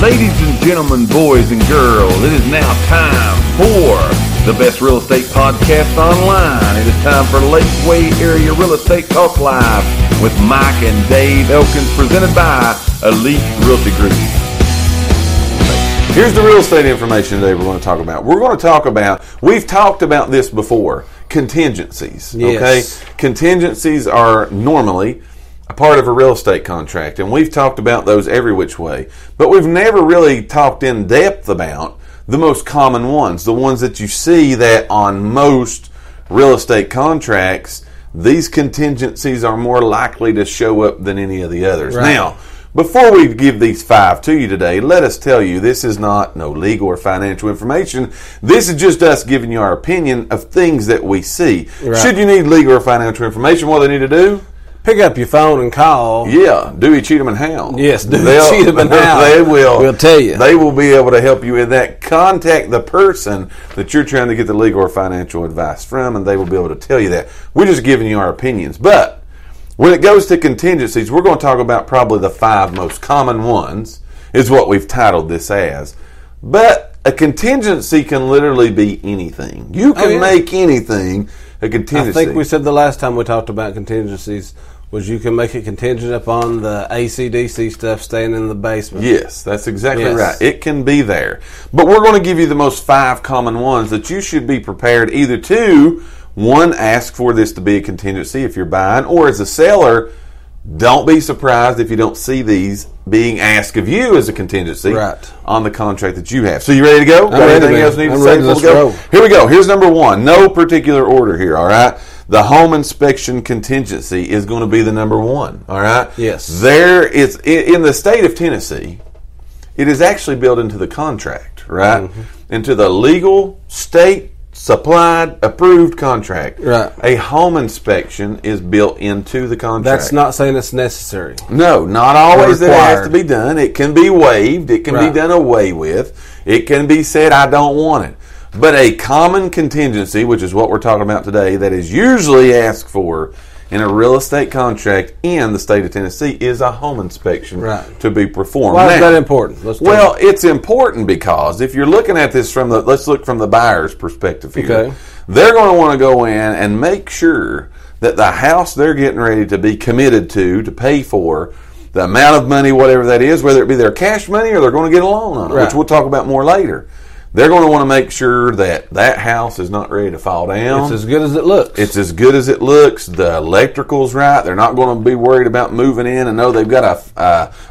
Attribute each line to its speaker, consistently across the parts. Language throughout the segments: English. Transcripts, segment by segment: Speaker 1: Ladies and gentlemen, boys and girls, it is now time for the best real estate podcast online. It is time for Lakeway Area Real Estate Talk Live with Mike and Dave Elkins, presented by Elite Realty Group.
Speaker 2: Here's the real estate information today we're going to talk about. We're going to talk about, we've talked about this before contingencies.
Speaker 3: Yes.
Speaker 2: Okay? Contingencies are normally a part of a real estate contract, and we've talked about those every which way, but we've never really talked in depth about the most common ones, the ones that you see that on most real estate contracts, these contingencies are more likely to show up than any of the others.
Speaker 3: Right.
Speaker 2: Now, before we give these five to you today, let us tell you this is not no legal or financial information. This is just us giving you our opinion of things that we see.
Speaker 3: Right.
Speaker 2: Should you need legal or financial information, what do they need to do?
Speaker 3: Pick up your phone and call.
Speaker 2: Yeah, Dewey, Cheatham, and Howe.
Speaker 3: Yes, Dewey,
Speaker 2: They'll-
Speaker 3: Cheatham, and Howe.
Speaker 2: They will.
Speaker 3: We'll tell you.
Speaker 2: They will be able to help you in that. Contact the person that you're trying to get the legal or financial advice from, and they will be able to tell you that. We're just giving you our opinions. But when it goes to contingencies, we're going to talk about probably the five most common ones, is what we've titled this as. But a contingency can literally be anything. You can
Speaker 3: Oh, yeah.
Speaker 2: make anything a contingency.
Speaker 3: I think we said the last time we talked about contingencies was you can make it contingent upon the ACDC stuff staying in the basement.
Speaker 2: Yes, that's exactly
Speaker 3: Yes.
Speaker 2: right. It can be there. But we're going to give you the most five common ones that you should be prepared either to one, ask for this to be a contingency if you're buying, or as a seller, don't be surprised if you don't see these being asked of you as a contingency
Speaker 3: Right.
Speaker 2: on the contract that you have. So you ready to go? Got
Speaker 3: ready,
Speaker 2: anything
Speaker 3: man.
Speaker 2: else you need to
Speaker 3: I'm
Speaker 2: say
Speaker 3: ready.
Speaker 2: before we
Speaker 3: Let's
Speaker 2: go?
Speaker 3: roll.
Speaker 2: Here we go. Here's number one. No particular order here, all right? The home inspection contingency is going to be the number one, all right?
Speaker 3: Yes.
Speaker 2: There is, i- in the state of Tennessee, it is actually built into the contract, right?
Speaker 3: Mm-hmm.
Speaker 2: Into the legal, state supplied, approved contract.
Speaker 3: Right.
Speaker 2: A home inspection is built into the contract.
Speaker 3: That's not saying it's necessary.
Speaker 2: No, not always that it has to
Speaker 3: Required.
Speaker 2: be done. It can be waived. It can
Speaker 3: Right.
Speaker 2: be done away with. It can be said, I don't want it. But a common contingency, which is what we're talking about today, that is usually asked for in a real estate contract in the state of Tennessee is a home inspection
Speaker 3: Right.
Speaker 2: to be performed.
Speaker 3: Why is
Speaker 2: Now-
Speaker 3: that important? Let's talk
Speaker 2: well, it's important because if you're looking at this from the let's look from the buyer's perspective here.
Speaker 3: Okay.
Speaker 2: They're going to want to go in and make sure that the house they're getting ready to be committed to to pay for the amount of money whatever that is, whether it be their cash money or they're going to get a loan on it, which
Speaker 3: Right.
Speaker 2: we'll talk about more later. They're going to want to make sure that that house is not ready to fall down.
Speaker 3: It's as good as it looks.
Speaker 2: It's as good as it looks. The electrical's right. They're not going to be worried about moving in and know they've got a,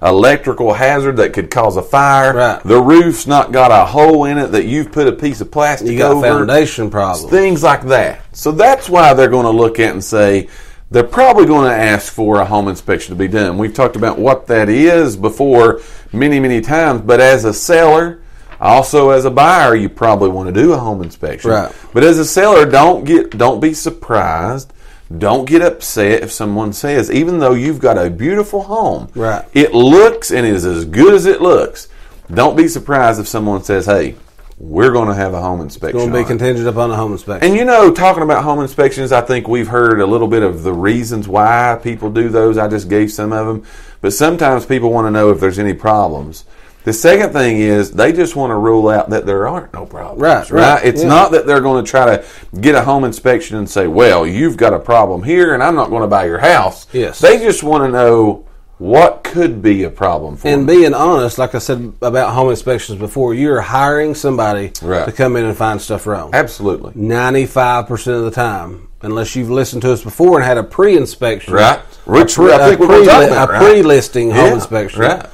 Speaker 2: a electrical hazard that could cause a fire.
Speaker 3: Right.
Speaker 2: The roof's not got a hole in it that you've put a piece of plastic
Speaker 3: you got
Speaker 2: over.
Speaker 3: foundation problems.
Speaker 2: Things like that. So that's why they're going to look at and say they're probably going to ask for a home inspection to be done. We've talked about what that is before many, many times, but as a seller, also as a buyer, you probably want to do a home inspection.
Speaker 3: Right.
Speaker 2: But as a seller, don't get don't be surprised. Don't get upset if someone says, even though you've got a beautiful home,
Speaker 3: Right.
Speaker 2: it looks and is as good as it looks. Don't be surprised if someone says, "Hey, we're going to have a home inspection."
Speaker 3: going to
Speaker 2: on
Speaker 3: be
Speaker 2: it."
Speaker 3: contingent upon a home inspection.
Speaker 2: And you know, talking about home inspections, I think we've heard a little bit of the reasons why people do those. I just gave some of them. But sometimes people want to know if there's any problems. The second thing is they just want to rule out that there aren't no problems.
Speaker 3: Right, right,
Speaker 2: It's
Speaker 3: yeah.
Speaker 2: not that they're going to try to get a home inspection and say, well, you've got a problem here and I'm not going to buy your house.
Speaker 3: Yes.
Speaker 2: They just want to know what could be a problem for
Speaker 3: And
Speaker 2: them.
Speaker 3: being honest, like I said about home inspections before, you're hiring somebody
Speaker 2: Right.
Speaker 3: to come in and find stuff wrong.
Speaker 2: Absolutely.
Speaker 3: 95% of the time, unless you've listened to us before and had a pre inspection.
Speaker 2: Right. Which
Speaker 3: Pre-
Speaker 2: I think
Speaker 3: a
Speaker 2: we're going to talk
Speaker 3: pre-
Speaker 2: about,
Speaker 3: a
Speaker 2: right?
Speaker 3: pre-listing home
Speaker 2: Yeah,
Speaker 3: inspection.
Speaker 2: Right.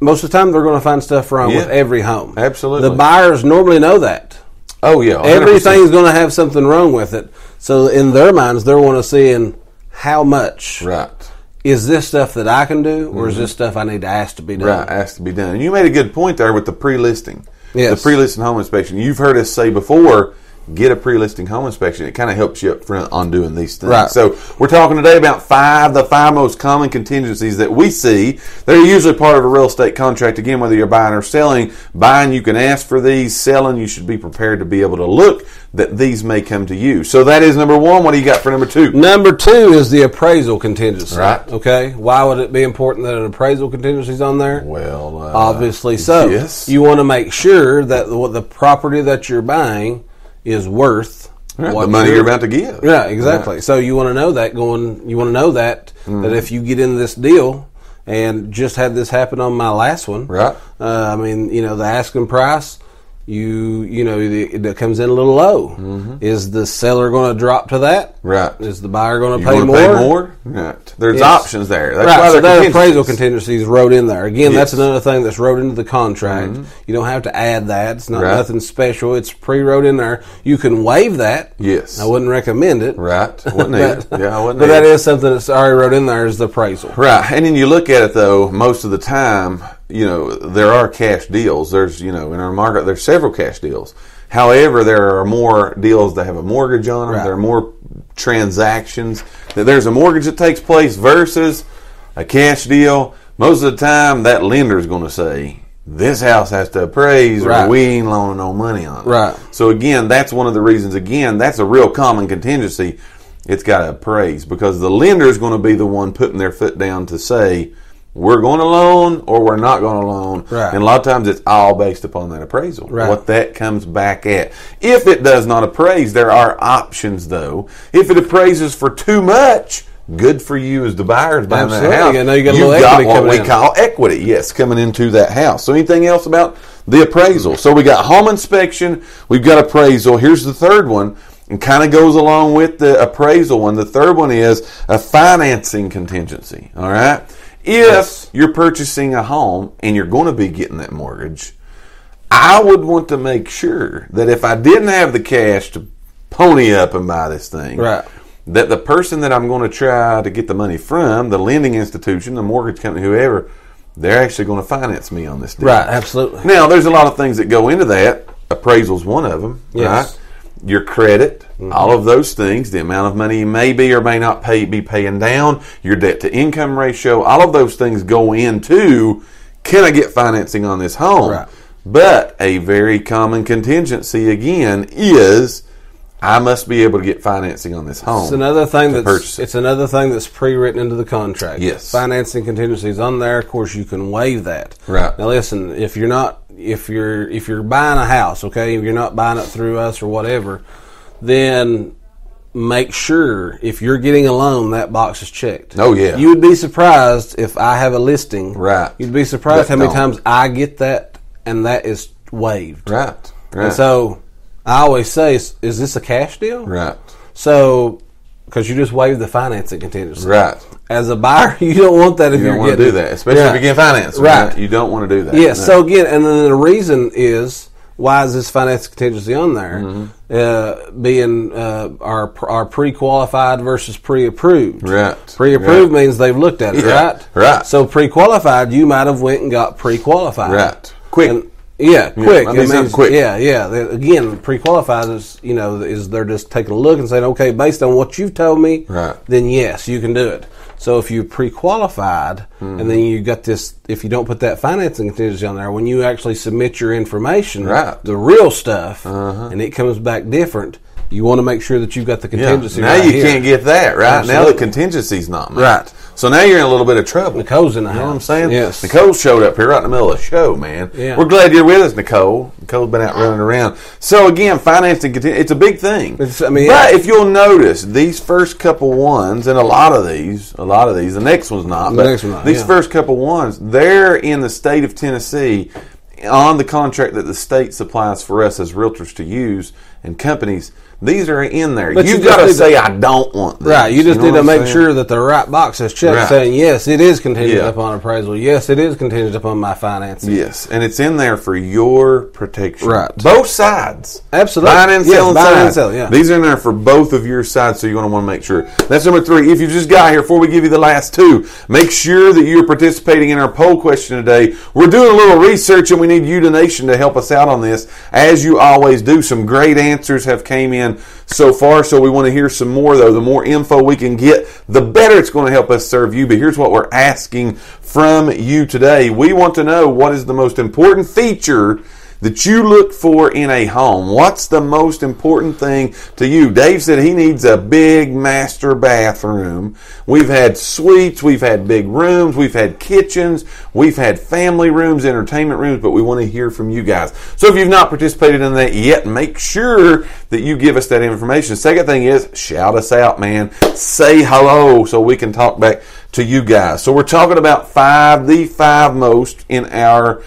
Speaker 3: Most of the time, they're going to find stuff wrong with
Speaker 2: Yeah.
Speaker 3: every home.
Speaker 2: Absolutely.
Speaker 3: the buyers normally know that
Speaker 2: Oh, yeah. 100%.
Speaker 3: everything's going to have something wrong with it. So in their minds, they're want to seeing how much
Speaker 2: Right. Mm-hmm.
Speaker 3: is this stuff that I can do, or is this stuff I need to ask to be done?
Speaker 2: Right, has to be done. And you made a good point there with the pre-listing.
Speaker 3: Yes.
Speaker 2: The pre-listing home inspection. You've heard us say before, get a pre-listing home inspection. It kind of helps you up front on doing these things.
Speaker 3: Right.
Speaker 2: So we're talking today about five, the five most common contingencies that we see. They're usually part of a real estate contract. Again, whether you're buying or selling, buying you can ask for these. Selling, you should be prepared to be able to look that these may come to you. So that is number one. What do you got for number two?
Speaker 3: Number two is the appraisal contingency.
Speaker 2: Right.
Speaker 3: Okay. Why would it be important that an appraisal contingency is on there?
Speaker 2: Well, uh,
Speaker 3: Obviously so.
Speaker 2: yes.
Speaker 3: You want to make sure that what the property that you're buying is worth
Speaker 2: Right,
Speaker 3: what
Speaker 2: the money you're about to give.
Speaker 3: Yeah, exactly. So you want to know that going. You want to know that
Speaker 2: Mm.
Speaker 3: that if you get in this deal, and just had this happen on my last one.
Speaker 2: Right.
Speaker 3: Uh, I mean, you know, the asking price. You you know the- that comes in a little low. Is the seller going to drop to that?
Speaker 2: Mm-hmm. Right.
Speaker 3: Is the buyer going
Speaker 2: You
Speaker 3: to pay
Speaker 2: want
Speaker 3: more?
Speaker 2: to pay more? Right. There's
Speaker 3: Yes.
Speaker 2: options there. That's
Speaker 3: right,
Speaker 2: why
Speaker 3: so
Speaker 2: they're
Speaker 3: that appraisal
Speaker 2: contingencies.
Speaker 3: contingencies wrote in there. Again, that's
Speaker 2: Yes. Mm-hmm.
Speaker 3: another thing that's wrote into the contract. You don't have to add that. It's not
Speaker 2: Right.
Speaker 3: nothing special. It's pre-wrote in there. You can waive that.
Speaker 2: Yes.
Speaker 3: I wouldn't recommend it.
Speaker 2: Right. Wasn't it? Yeah, wasn't
Speaker 3: but
Speaker 2: it?
Speaker 3: that is something that's already wrote in there is the appraisal.
Speaker 2: Right, and then you look at it though. Most of the time, you know, there are cash deals. There's, you know, in our market, there's several cash deals. However, there are more deals that have a mortgage on them.
Speaker 3: Right.
Speaker 2: There are more transactions. That there's a mortgage that takes place versus a cash deal. Most of the time, that lender's going to say this house has to appraise,
Speaker 3: Right.
Speaker 2: or we ain't loaning no money on it.
Speaker 3: Right.
Speaker 2: So again, that's one of the reasons. Again, that's a real common contingency. It's got to appraise because the lender is going to be the one putting their foot down to say we're going to loan or we're not going to loan.
Speaker 3: Right.
Speaker 2: And a lot of times it's all based upon that appraisal,
Speaker 3: Right.
Speaker 2: what that comes back at. If it does not appraise, there are options though. If it appraises for too much. Good for you as the buyer is buying
Speaker 3: Absolutely.
Speaker 2: that house.
Speaker 3: Yeah, now you got a
Speaker 2: You've
Speaker 3: little
Speaker 2: got
Speaker 3: equity
Speaker 2: what
Speaker 3: coming
Speaker 2: we
Speaker 3: in.
Speaker 2: call all equity, yes, coming into that house. So anything else about the appraisal? So we got home inspection, we've got appraisal. Here's the third one, and kind of goes along with the appraisal one. The third one is a financing contingency. All right. If you're purchasing a home and you're going to be getting that mortgage, I would want to make sure that if I didn't have the cash to pony up and buy this thing,
Speaker 3: Right.
Speaker 2: that the person that I'm going to try to get the money from, the lending institution, the mortgage company, whoever, they're actually going to finance me on this deal.
Speaker 3: Right, absolutely.
Speaker 2: Now, there's a lot of things that go into that. Appraisal's one of them,
Speaker 3: Yes. Mm-hmm.
Speaker 2: right? Your credit, all of those things, the amount of money you may be or may not pay, be paying down, your debt to income ratio, all of those things go into can I get financing on this home?
Speaker 3: Right.
Speaker 2: But a very common contingency again is I must be able to get financing on this home.
Speaker 3: It's another thing that's
Speaker 2: Oh, purchase it.
Speaker 3: it's another thing that's pre-written into the contract.
Speaker 2: Yes.
Speaker 3: financing contingencies on there. Of course, you can waive that.
Speaker 2: Right.
Speaker 3: now, listen. If you're not if you're if you're buying a house, okay, if you're not buying it through us or whatever, then make sure if you're getting a loan, that box is checked.
Speaker 2: Oh, yeah.
Speaker 3: you would be surprised if I have a listing.
Speaker 2: Right.
Speaker 3: you'd be surprised
Speaker 2: That
Speaker 3: how many
Speaker 2: don't.
Speaker 3: times I get that, and that is waived.
Speaker 2: Right. Right.
Speaker 3: And so I always say, is, is this a cash deal?
Speaker 2: right.
Speaker 3: So, because you just waived the financing contingency.
Speaker 2: Right.
Speaker 3: As a buyer, you don't want that if
Speaker 2: You
Speaker 3: are
Speaker 2: don't want to do that, especially if you're getting financed.
Speaker 3: Right.
Speaker 2: You don't want to do that.
Speaker 3: Yeah.
Speaker 2: No.
Speaker 3: So again, and then the reason is why is this financing contingency on there?
Speaker 2: Mm-hmm.
Speaker 3: Uh, being uh, our our pre-qualified versus pre-approved.
Speaker 2: Right.
Speaker 3: Pre-approved
Speaker 2: Right.
Speaker 3: means they've looked at it,
Speaker 2: Yeah.
Speaker 3: right?
Speaker 2: Right.
Speaker 3: So pre-qualified, you might have went and got pre-qualified.
Speaker 2: Right. Quick.
Speaker 3: And- yeah, quick.
Speaker 2: might
Speaker 3: It
Speaker 2: be something
Speaker 3: means-
Speaker 2: quick.
Speaker 3: Yeah, yeah. The- Again, pre-qualified is you know is they're just taking a look and saying, okay, based on what you've told me,
Speaker 2: Right.
Speaker 3: then yes, you can do it. So if you pre-qualified
Speaker 2: Hmm.
Speaker 3: and then you got this, if you don't put that financing contingency on there, when you actually submit your information,
Speaker 2: Right. Uh-huh.
Speaker 3: the real stuff, and it comes back different, you want to make sure that you've got the
Speaker 2: Yeah.
Speaker 3: contingency.
Speaker 2: Now
Speaker 3: right
Speaker 2: you
Speaker 3: here.
Speaker 2: can't get that right. Now
Speaker 3: Absolutely.
Speaker 2: the contingency's not met.
Speaker 3: Right.
Speaker 2: So now you're in a little bit of trouble.
Speaker 3: Nicole's in the
Speaker 2: You know what I'm
Speaker 3: house.
Speaker 2: saying?
Speaker 3: Yes.
Speaker 2: Nicole showed up here right in the middle of the show, man.
Speaker 3: Yeah.
Speaker 2: We're glad you're with us, Nicole. Nicole's been out running around. So again, financing contin- it's a big thing.
Speaker 3: It's- I mean,
Speaker 2: but
Speaker 3: yeah.
Speaker 2: if you'll notice, these first couple ones, and a lot of these, a lot of these, the next one's not,
Speaker 3: The
Speaker 2: but
Speaker 3: next one not,
Speaker 2: these
Speaker 3: yeah.
Speaker 2: first couple ones, they're in the state of Tennessee on the contract that the state supplies for us as realtors to use and companies. These are in there.
Speaker 3: But
Speaker 2: You've
Speaker 3: you just
Speaker 2: got
Speaker 3: need
Speaker 2: to
Speaker 3: to-
Speaker 2: say, I don't want this.
Speaker 3: Right, you just
Speaker 2: know
Speaker 3: need
Speaker 2: what
Speaker 3: to
Speaker 2: I'm
Speaker 3: make
Speaker 2: saying?
Speaker 3: sure that the right box is checked,
Speaker 2: Right.
Speaker 3: saying yes, it is contingent
Speaker 2: Yeah.
Speaker 3: upon appraisal. Yes, it is contingent upon my finances.
Speaker 2: Yes, and it's in there for your protection.
Speaker 3: Right.
Speaker 2: Both sides.
Speaker 3: Absolutely.
Speaker 2: Buying and
Speaker 3: Yes,
Speaker 2: selling
Speaker 3: buying and
Speaker 2: sides.
Speaker 3: selling, yeah.
Speaker 2: These are in there for both of your sides, so you're going to want to make sure. That's number three. If you just got here, before we give you the last two, make sure that you're participating in our poll question today. We're doing a little research, and we need you, the nation, to help us out on this, as you always do. Some great answers have came in so far, so we want to hear some more, though. The more info we can get, the better it's going to help us serve you. But here's what we're asking from you today. We want to know what is the most important feature that you look for in a home. What's the most important thing to you? Dave said he needs a big master bathroom. We've had suites, we've had big rooms, we've had kitchens, we've had family rooms, entertainment rooms, but we want to hear from you guys. So if you've not participated in that yet, make sure that you give us that information. Second thing is shout us out, man. Say hello so we can talk back to you guys. So we're talking about five, the five most in our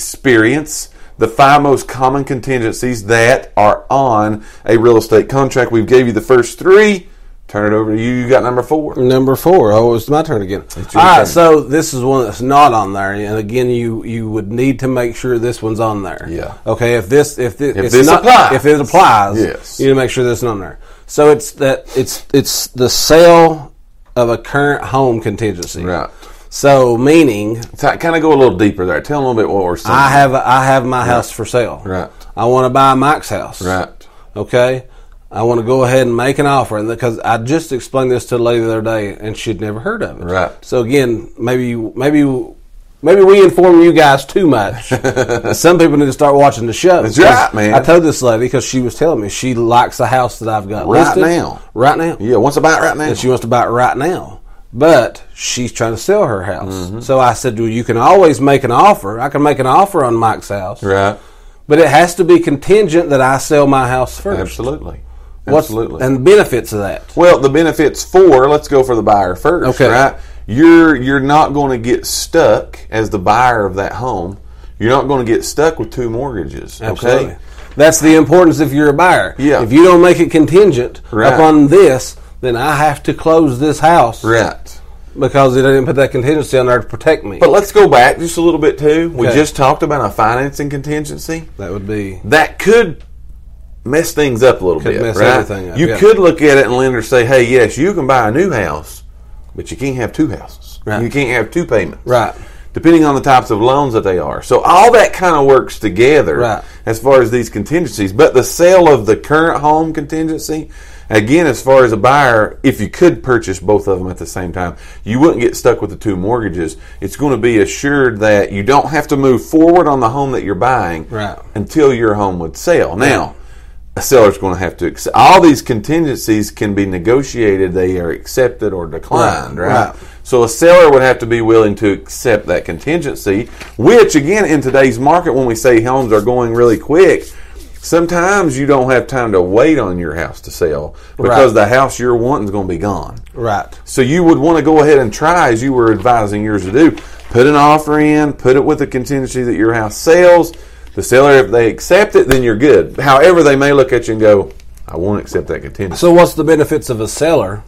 Speaker 2: experience the five most common contingencies that are on a real estate contract. We've gave you the first three. Turn it over to you. You got number four.
Speaker 3: Number four. Oh, it's my turn again. All right,
Speaker 2: your turn.
Speaker 3: so this is one that's not on there, and again, you you would need to make sure this one's on there.
Speaker 2: Yeah.
Speaker 3: Okay. If this if this, it's
Speaker 2: this
Speaker 3: not,
Speaker 2: applies.
Speaker 3: if it applies,
Speaker 2: Yes.
Speaker 3: you need to make sure this is on there. So it's that it's it's the sale of a current home contingency.
Speaker 2: Right.
Speaker 3: So meaning
Speaker 2: So kind of go a little deeper there. Tell them a little bit what we're saying.
Speaker 3: I have a, I have my house for sale.
Speaker 2: Mm-hmm. Right.
Speaker 3: I want to buy Mike's house.
Speaker 2: Right.
Speaker 3: Okay. I want to go ahead and make an offer, and because I just explained this to a lady the other day, and she'd never heard of it.
Speaker 2: Right.
Speaker 3: So again, maybe you- maybe you- maybe we inform you guys too much. Some people need to start watching the show.
Speaker 2: That's right, man.
Speaker 3: I told this lady because she was telling me she likes the house that I've got
Speaker 2: Right
Speaker 3: listed
Speaker 2: now.
Speaker 3: Right now
Speaker 2: Yeah, what's about right now?
Speaker 3: and she wants to buy it right now. But she's trying to sell her house.
Speaker 2: Mm-hmm.
Speaker 3: So I said, Well, you can always make an offer. I can make an offer on Mike's house.
Speaker 2: right.
Speaker 3: But it has to be contingent that I sell my house first.
Speaker 2: Absolutely.
Speaker 3: What's-
Speaker 2: Absolutely.
Speaker 3: And benefits of that.
Speaker 2: Well, the benefits for let's go for the buyer first,
Speaker 3: Okay.
Speaker 2: right? You're you're not going to get stuck as the buyer of that home. You're not going to get stuck with two mortgages.
Speaker 3: Absolutely.
Speaker 2: Okay.
Speaker 3: That's the importance if you're a buyer.
Speaker 2: Yeah.
Speaker 3: If you don't make it contingent
Speaker 2: Right.
Speaker 3: upon this, then I have to close this house
Speaker 2: Right.
Speaker 3: because they didn't put that contingency on there to protect me.
Speaker 2: But let's go back just a little bit too. We
Speaker 3: Okay.
Speaker 2: just talked about a financing contingency
Speaker 3: that would be
Speaker 2: that could mess things up a little
Speaker 3: Could
Speaker 2: bit.
Speaker 3: mess
Speaker 2: right?
Speaker 3: everything up,
Speaker 2: You
Speaker 3: yeah.
Speaker 2: could look at it and lender say, "Hey, yes, you can buy a new house, but you can't have two houses.
Speaker 3: Right.
Speaker 2: You can't have two payments.
Speaker 3: Right.
Speaker 2: Depending on the types of loans that they are. So all that kind of works together
Speaker 3: Right.
Speaker 2: as far as these contingencies. But the sale of the current home contingency, again, as far as a buyer, if you could purchase both of them at the same time, you wouldn't get stuck with the two mortgages. It's going to be assured that you don't have to move forward on the home that you're buying
Speaker 3: Right.
Speaker 2: until your home would sell. Now, a seller's going to have to accept all these contingencies can be negotiated. They are accepted or declined,
Speaker 3: Right,
Speaker 2: right?
Speaker 3: right.
Speaker 2: So a seller would have to be willing to accept that contingency, which again in today's market when we say homes are going really quick, sometimes you don't have time to wait on your house to sell because the house you're wanting is going to be gone.
Speaker 3: right.
Speaker 2: So you would want to go ahead and try as you were advising yours to do. Put an offer in, put it with the contingency that your house sells. The seller, if they accept it, then you're good. However, they may look at you and go, I won't accept that contingency.
Speaker 3: So, what's the benefits of a seller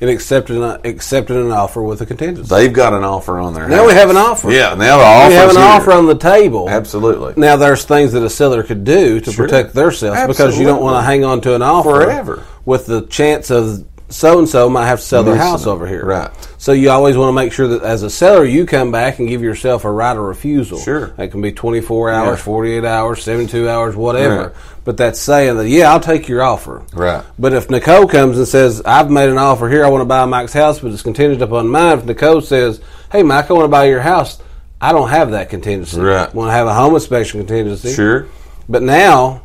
Speaker 3: in accepting accepting an offer with a contingency?
Speaker 2: They've got an offer on their
Speaker 3: Now we have an offer.
Speaker 2: Yeah, now the offer.
Speaker 3: we have an offer on the table.
Speaker 2: Absolutely.
Speaker 3: Now there's things that a seller could do to protect themselves because you don't want to
Speaker 2: Absolutely.
Speaker 3: hang on to an offer
Speaker 2: Forever.
Speaker 3: with the chance of so and so might have to sell their
Speaker 2: Listen,
Speaker 3: house over here.
Speaker 2: right.
Speaker 3: So you always want to make sure that as a seller you come back and give yourself a right of refusal.
Speaker 2: Sure.
Speaker 3: That can be 24 hours,
Speaker 2: Yeah.
Speaker 3: 48 hours, 72 hours, whatever.
Speaker 2: Right.
Speaker 3: But that's saying that yeah, I'll take your offer.
Speaker 2: Right.
Speaker 3: But if Nicole comes and says, I've made an offer here, I want to buy Mike's house, but it's contingent upon mine. If Nicole says, Hey, Mike, I want to buy your house, I don't have that contingency.
Speaker 2: Right.
Speaker 3: Want to have a home inspection contingency.
Speaker 2: Sure.
Speaker 3: But now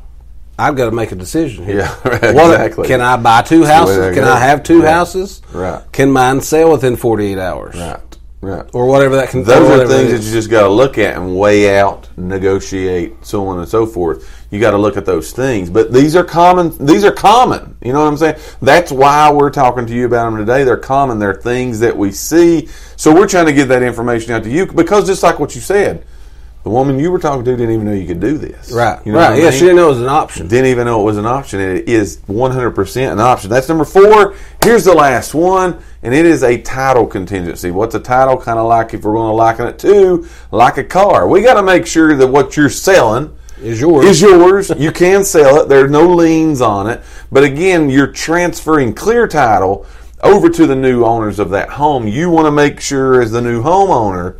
Speaker 3: I've got to make a decision here.
Speaker 2: Yeah, right,
Speaker 3: What-
Speaker 2: exactly.
Speaker 3: Can I buy two
Speaker 2: the way
Speaker 3: houses?
Speaker 2: that
Speaker 3: Can
Speaker 2: goes.
Speaker 3: I have two
Speaker 2: Right.
Speaker 3: houses?
Speaker 2: Right.
Speaker 3: Can mine sell within 48 hours?
Speaker 2: Right. Right.
Speaker 3: Or whatever that can or
Speaker 2: Those are
Speaker 3: whatever
Speaker 2: things
Speaker 3: it
Speaker 2: that
Speaker 3: is.
Speaker 2: you just got to look at and weigh out, negotiate, so on and so forth. You got to look at those things, but these are common. These are common. You know what I'm saying? That's why we're talking to you about them today. They're common. They're things that we see. So we're trying to get that information out to you because just like what you said, The woman you were talking to didn't even know you could do this.
Speaker 3: Right.
Speaker 2: You know
Speaker 3: right.
Speaker 2: what I
Speaker 3: Yeah,
Speaker 2: mean?
Speaker 3: she didn't know it was an option.
Speaker 2: Didn't even know it was an option. and It is 100% an option. That's number four. Here's the last one, and it is a title contingency. What's a title kind of like if we're going to liken it to? Like a car. We got to make sure that what you're selling
Speaker 3: Is yours.
Speaker 2: is yours. You can sell it. There are no liens on it. But again, you're transferring clear title over to the new owners of that home. You want to make sure, as the new homeowner,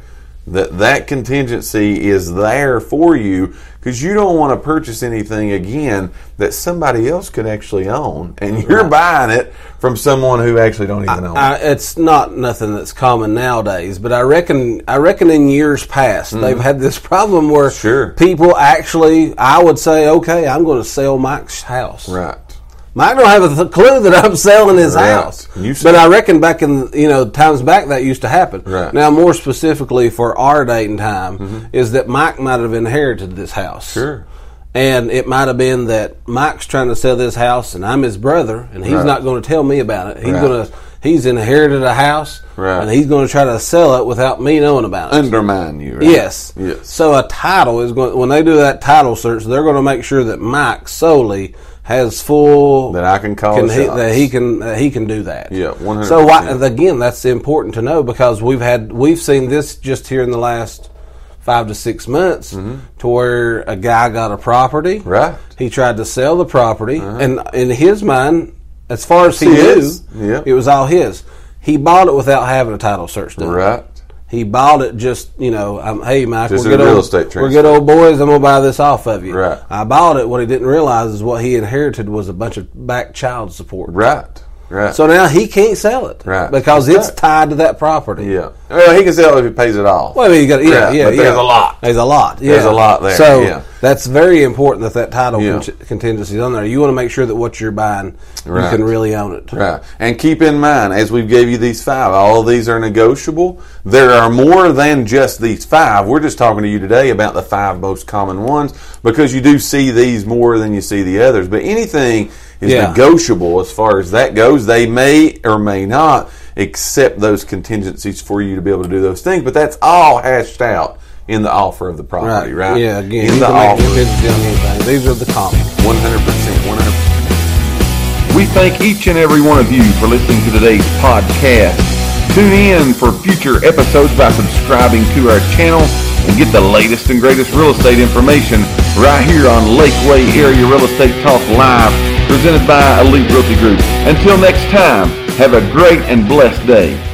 Speaker 2: that that contingency is there for you because you don't want to purchase anything again that somebody else could actually own, and you're buying it from someone who actually don't even own. it.
Speaker 3: I, it's not nothing that's common nowadays, but I reckon I reckon in years past they've had this problem where
Speaker 2: Mm-hmm. Sure.
Speaker 3: people actually I would say okay I'm going to sell Mike's house.
Speaker 2: Right.
Speaker 3: Mike don't have a th- clue that I'm selling his
Speaker 2: Right.
Speaker 3: house.
Speaker 2: You
Speaker 3: but
Speaker 2: said-
Speaker 3: I reckon back in you know times back that used to happen.
Speaker 2: Right. Mm-hmm.
Speaker 3: Now more specifically for our date and time is that Mike might have inherited this house.
Speaker 2: Sure.
Speaker 3: And it might have been that Mike's trying to sell this house, and I'm his brother, and he's
Speaker 2: Right.
Speaker 3: not going to tell me about it. He's
Speaker 2: Right.
Speaker 3: going to he's inherited a house,
Speaker 2: Right.
Speaker 3: and he's going to try to sell it without me knowing about it.
Speaker 2: Undermine you. Right?
Speaker 3: Yes.
Speaker 2: Yes.
Speaker 3: So a title is going when they do that title search, they're going to make sure that Mike solely has full
Speaker 2: That I can call the
Speaker 3: he,
Speaker 2: shots.
Speaker 3: that he can that he can do that.
Speaker 2: Yeah, 100%.
Speaker 3: So why, again, that's important to know because we've had we've seen this just here in the last five to six months to where a guy got a property,
Speaker 2: Mm-hmm. Right. Uh-huh.
Speaker 3: He tried to sell the property, and in his mind, as far as he
Speaker 2: His.
Speaker 3: knew,
Speaker 2: Yeah.
Speaker 3: it was all his. He bought it without having a title search done.
Speaker 2: Right.
Speaker 3: He bought it just, you know, um, hey, Mike,
Speaker 2: Just
Speaker 3: we're
Speaker 2: a
Speaker 3: good,
Speaker 2: real
Speaker 3: old,
Speaker 2: estate
Speaker 3: we're good old boys. I'm going to buy this off of you.
Speaker 2: Right.
Speaker 3: I bought it. What he didn't realize is what he inherited was a bunch of back child support.
Speaker 2: Right. Right.
Speaker 3: So now he can't sell it.
Speaker 2: Right.
Speaker 3: Because
Speaker 2: He's
Speaker 3: it's
Speaker 2: stuck.
Speaker 3: tied to that property.
Speaker 2: Yeah. Well, he can sell it if he pays it off.
Speaker 3: Well, I mean, you got, yeah,
Speaker 2: Right,
Speaker 3: yeah,
Speaker 2: but
Speaker 3: yeah.
Speaker 2: there's a lot.
Speaker 3: There's a lot. Yeah.
Speaker 2: There's a lot there,
Speaker 3: So
Speaker 2: yeah.
Speaker 3: that's very important that that title
Speaker 2: Yeah.
Speaker 3: con- contingency is on there. You want to make sure that what you're buying,
Speaker 2: Right.
Speaker 3: you can really own it.
Speaker 2: Right. And keep in mind, as we've gave you these five, all of these are negotiable. There are more than just these five. We're just talking to you today about the five most common ones because you do see these more than you see the others. But anything is
Speaker 3: Yeah.
Speaker 2: negotiable as far as that goes. They may or may not accept those contingencies for you to be able to do those things. But that's all hashed out in the offer of the property, right?
Speaker 3: Yeah, again,
Speaker 2: in
Speaker 3: you
Speaker 2: the
Speaker 3: can
Speaker 2: offer.
Speaker 3: make contingency on anything. These are the common.
Speaker 2: 100%. 100%.
Speaker 1: We thank each and every one of you for listening to today's podcast. Tune in for future episodes by subscribing to our channel and get the latest and greatest real estate information right here on Lakeway Area Real Estate Talk Live, presented by Elite Realty Group. Until next time, have a great and blessed day.